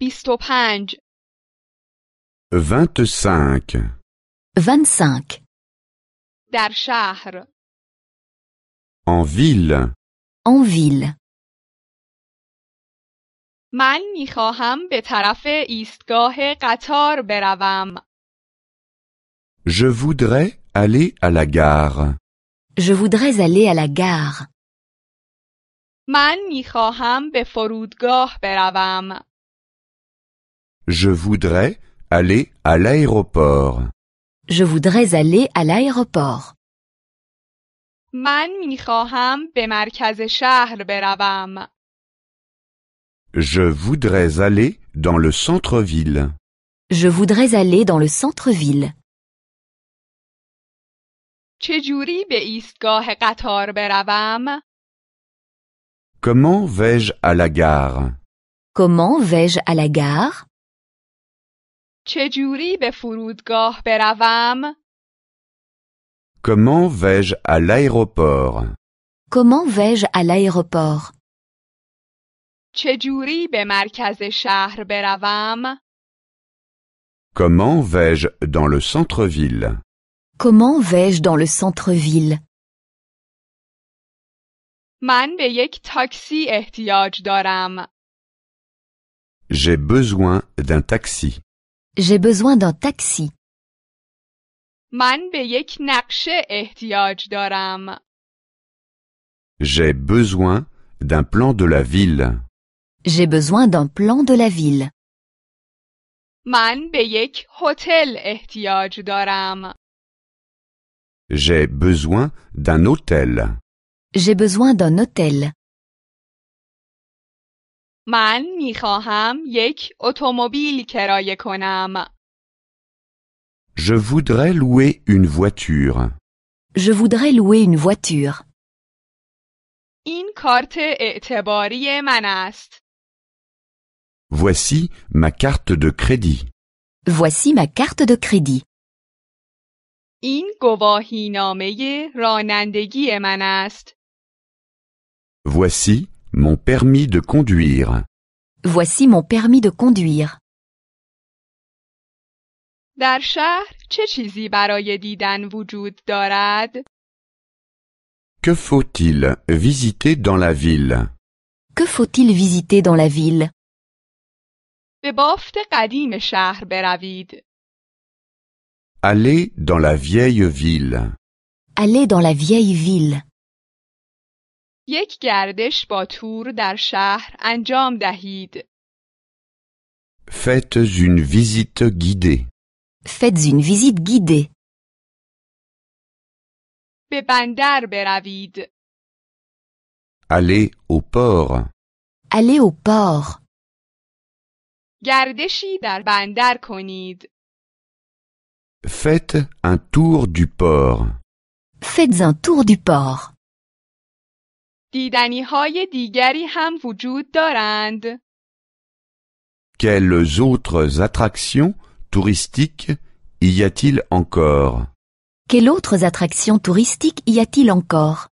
بیست و پنج 25. 25. در شهر En ville, En ville. من میخواهم به طرف ایستگاه قطار بروم. je voudrais aller à la gare. Je voudrais aller à la gare. من میخواهم به فرودگاه بروم. Je voudrais aller à l'aéroport. Je voudrais aller à l'aéroport. من میخواهم به مرکز شهر بروم. Je voudrais aller dans le centre-ville. Je voudrais aller dans le centre-ville. چجوری به ایستگاه قطار بروم؟ Comment vais-je à la gare Comment vais-je à la gare چجوری به فرودگاه بروم؟ Comment vais-je à l'aéroport Comment vais-je à l'aéroport چجوری به مرکز شهر بروم؟ Comment vais-je dans le centre-ville Comment vais-je dans le centre-ville من به یک تاکسی احتیاج دارم. J'ai besoin d'un taxi. J'ai besoin d'un taxi. من به یک نقشه احتیاج دارم. J'ai besoin d'un plan de la ville. J'ai besoin d'un plan de la ville. من به یک هتل احتیاج دارم. J'ai besoin d'un hôtel. J'ai besoin d'un hôtel. من میخواهم یک اتومبیل کرایه کنم. Je voudrais louer une voiture. Je voudrais louer une voiture. این کارت اعتباری من است. Voici ma carte de crédit. Voici ma carte de crédit. این گواهینامه رانندگی من است. Voici mon permis de conduire. Voici mon permis de conduire. در شهر چه چیزی برای دیدن وجود دارد؟ Que faut-il visiter dans la ville Que faut-il visiter dans la ville به بافت قدیم شهر بروید. Aller dans la vieille ville. Aller dans la vieille ville. یک گردش با تور در شهر انجام دهید. Faites une visite guidée. Faites une visite guidée. به بندر بروید. Allez au port. Allez au port. گردشی در بندر کنید. Faites un tour du port. Faites un tour du port. دیدنی های دیگری هم وجود دارند. Quelles autres attractions touristiques y a-t-il encore Quelles autres attractions touristiques y a-t-il encore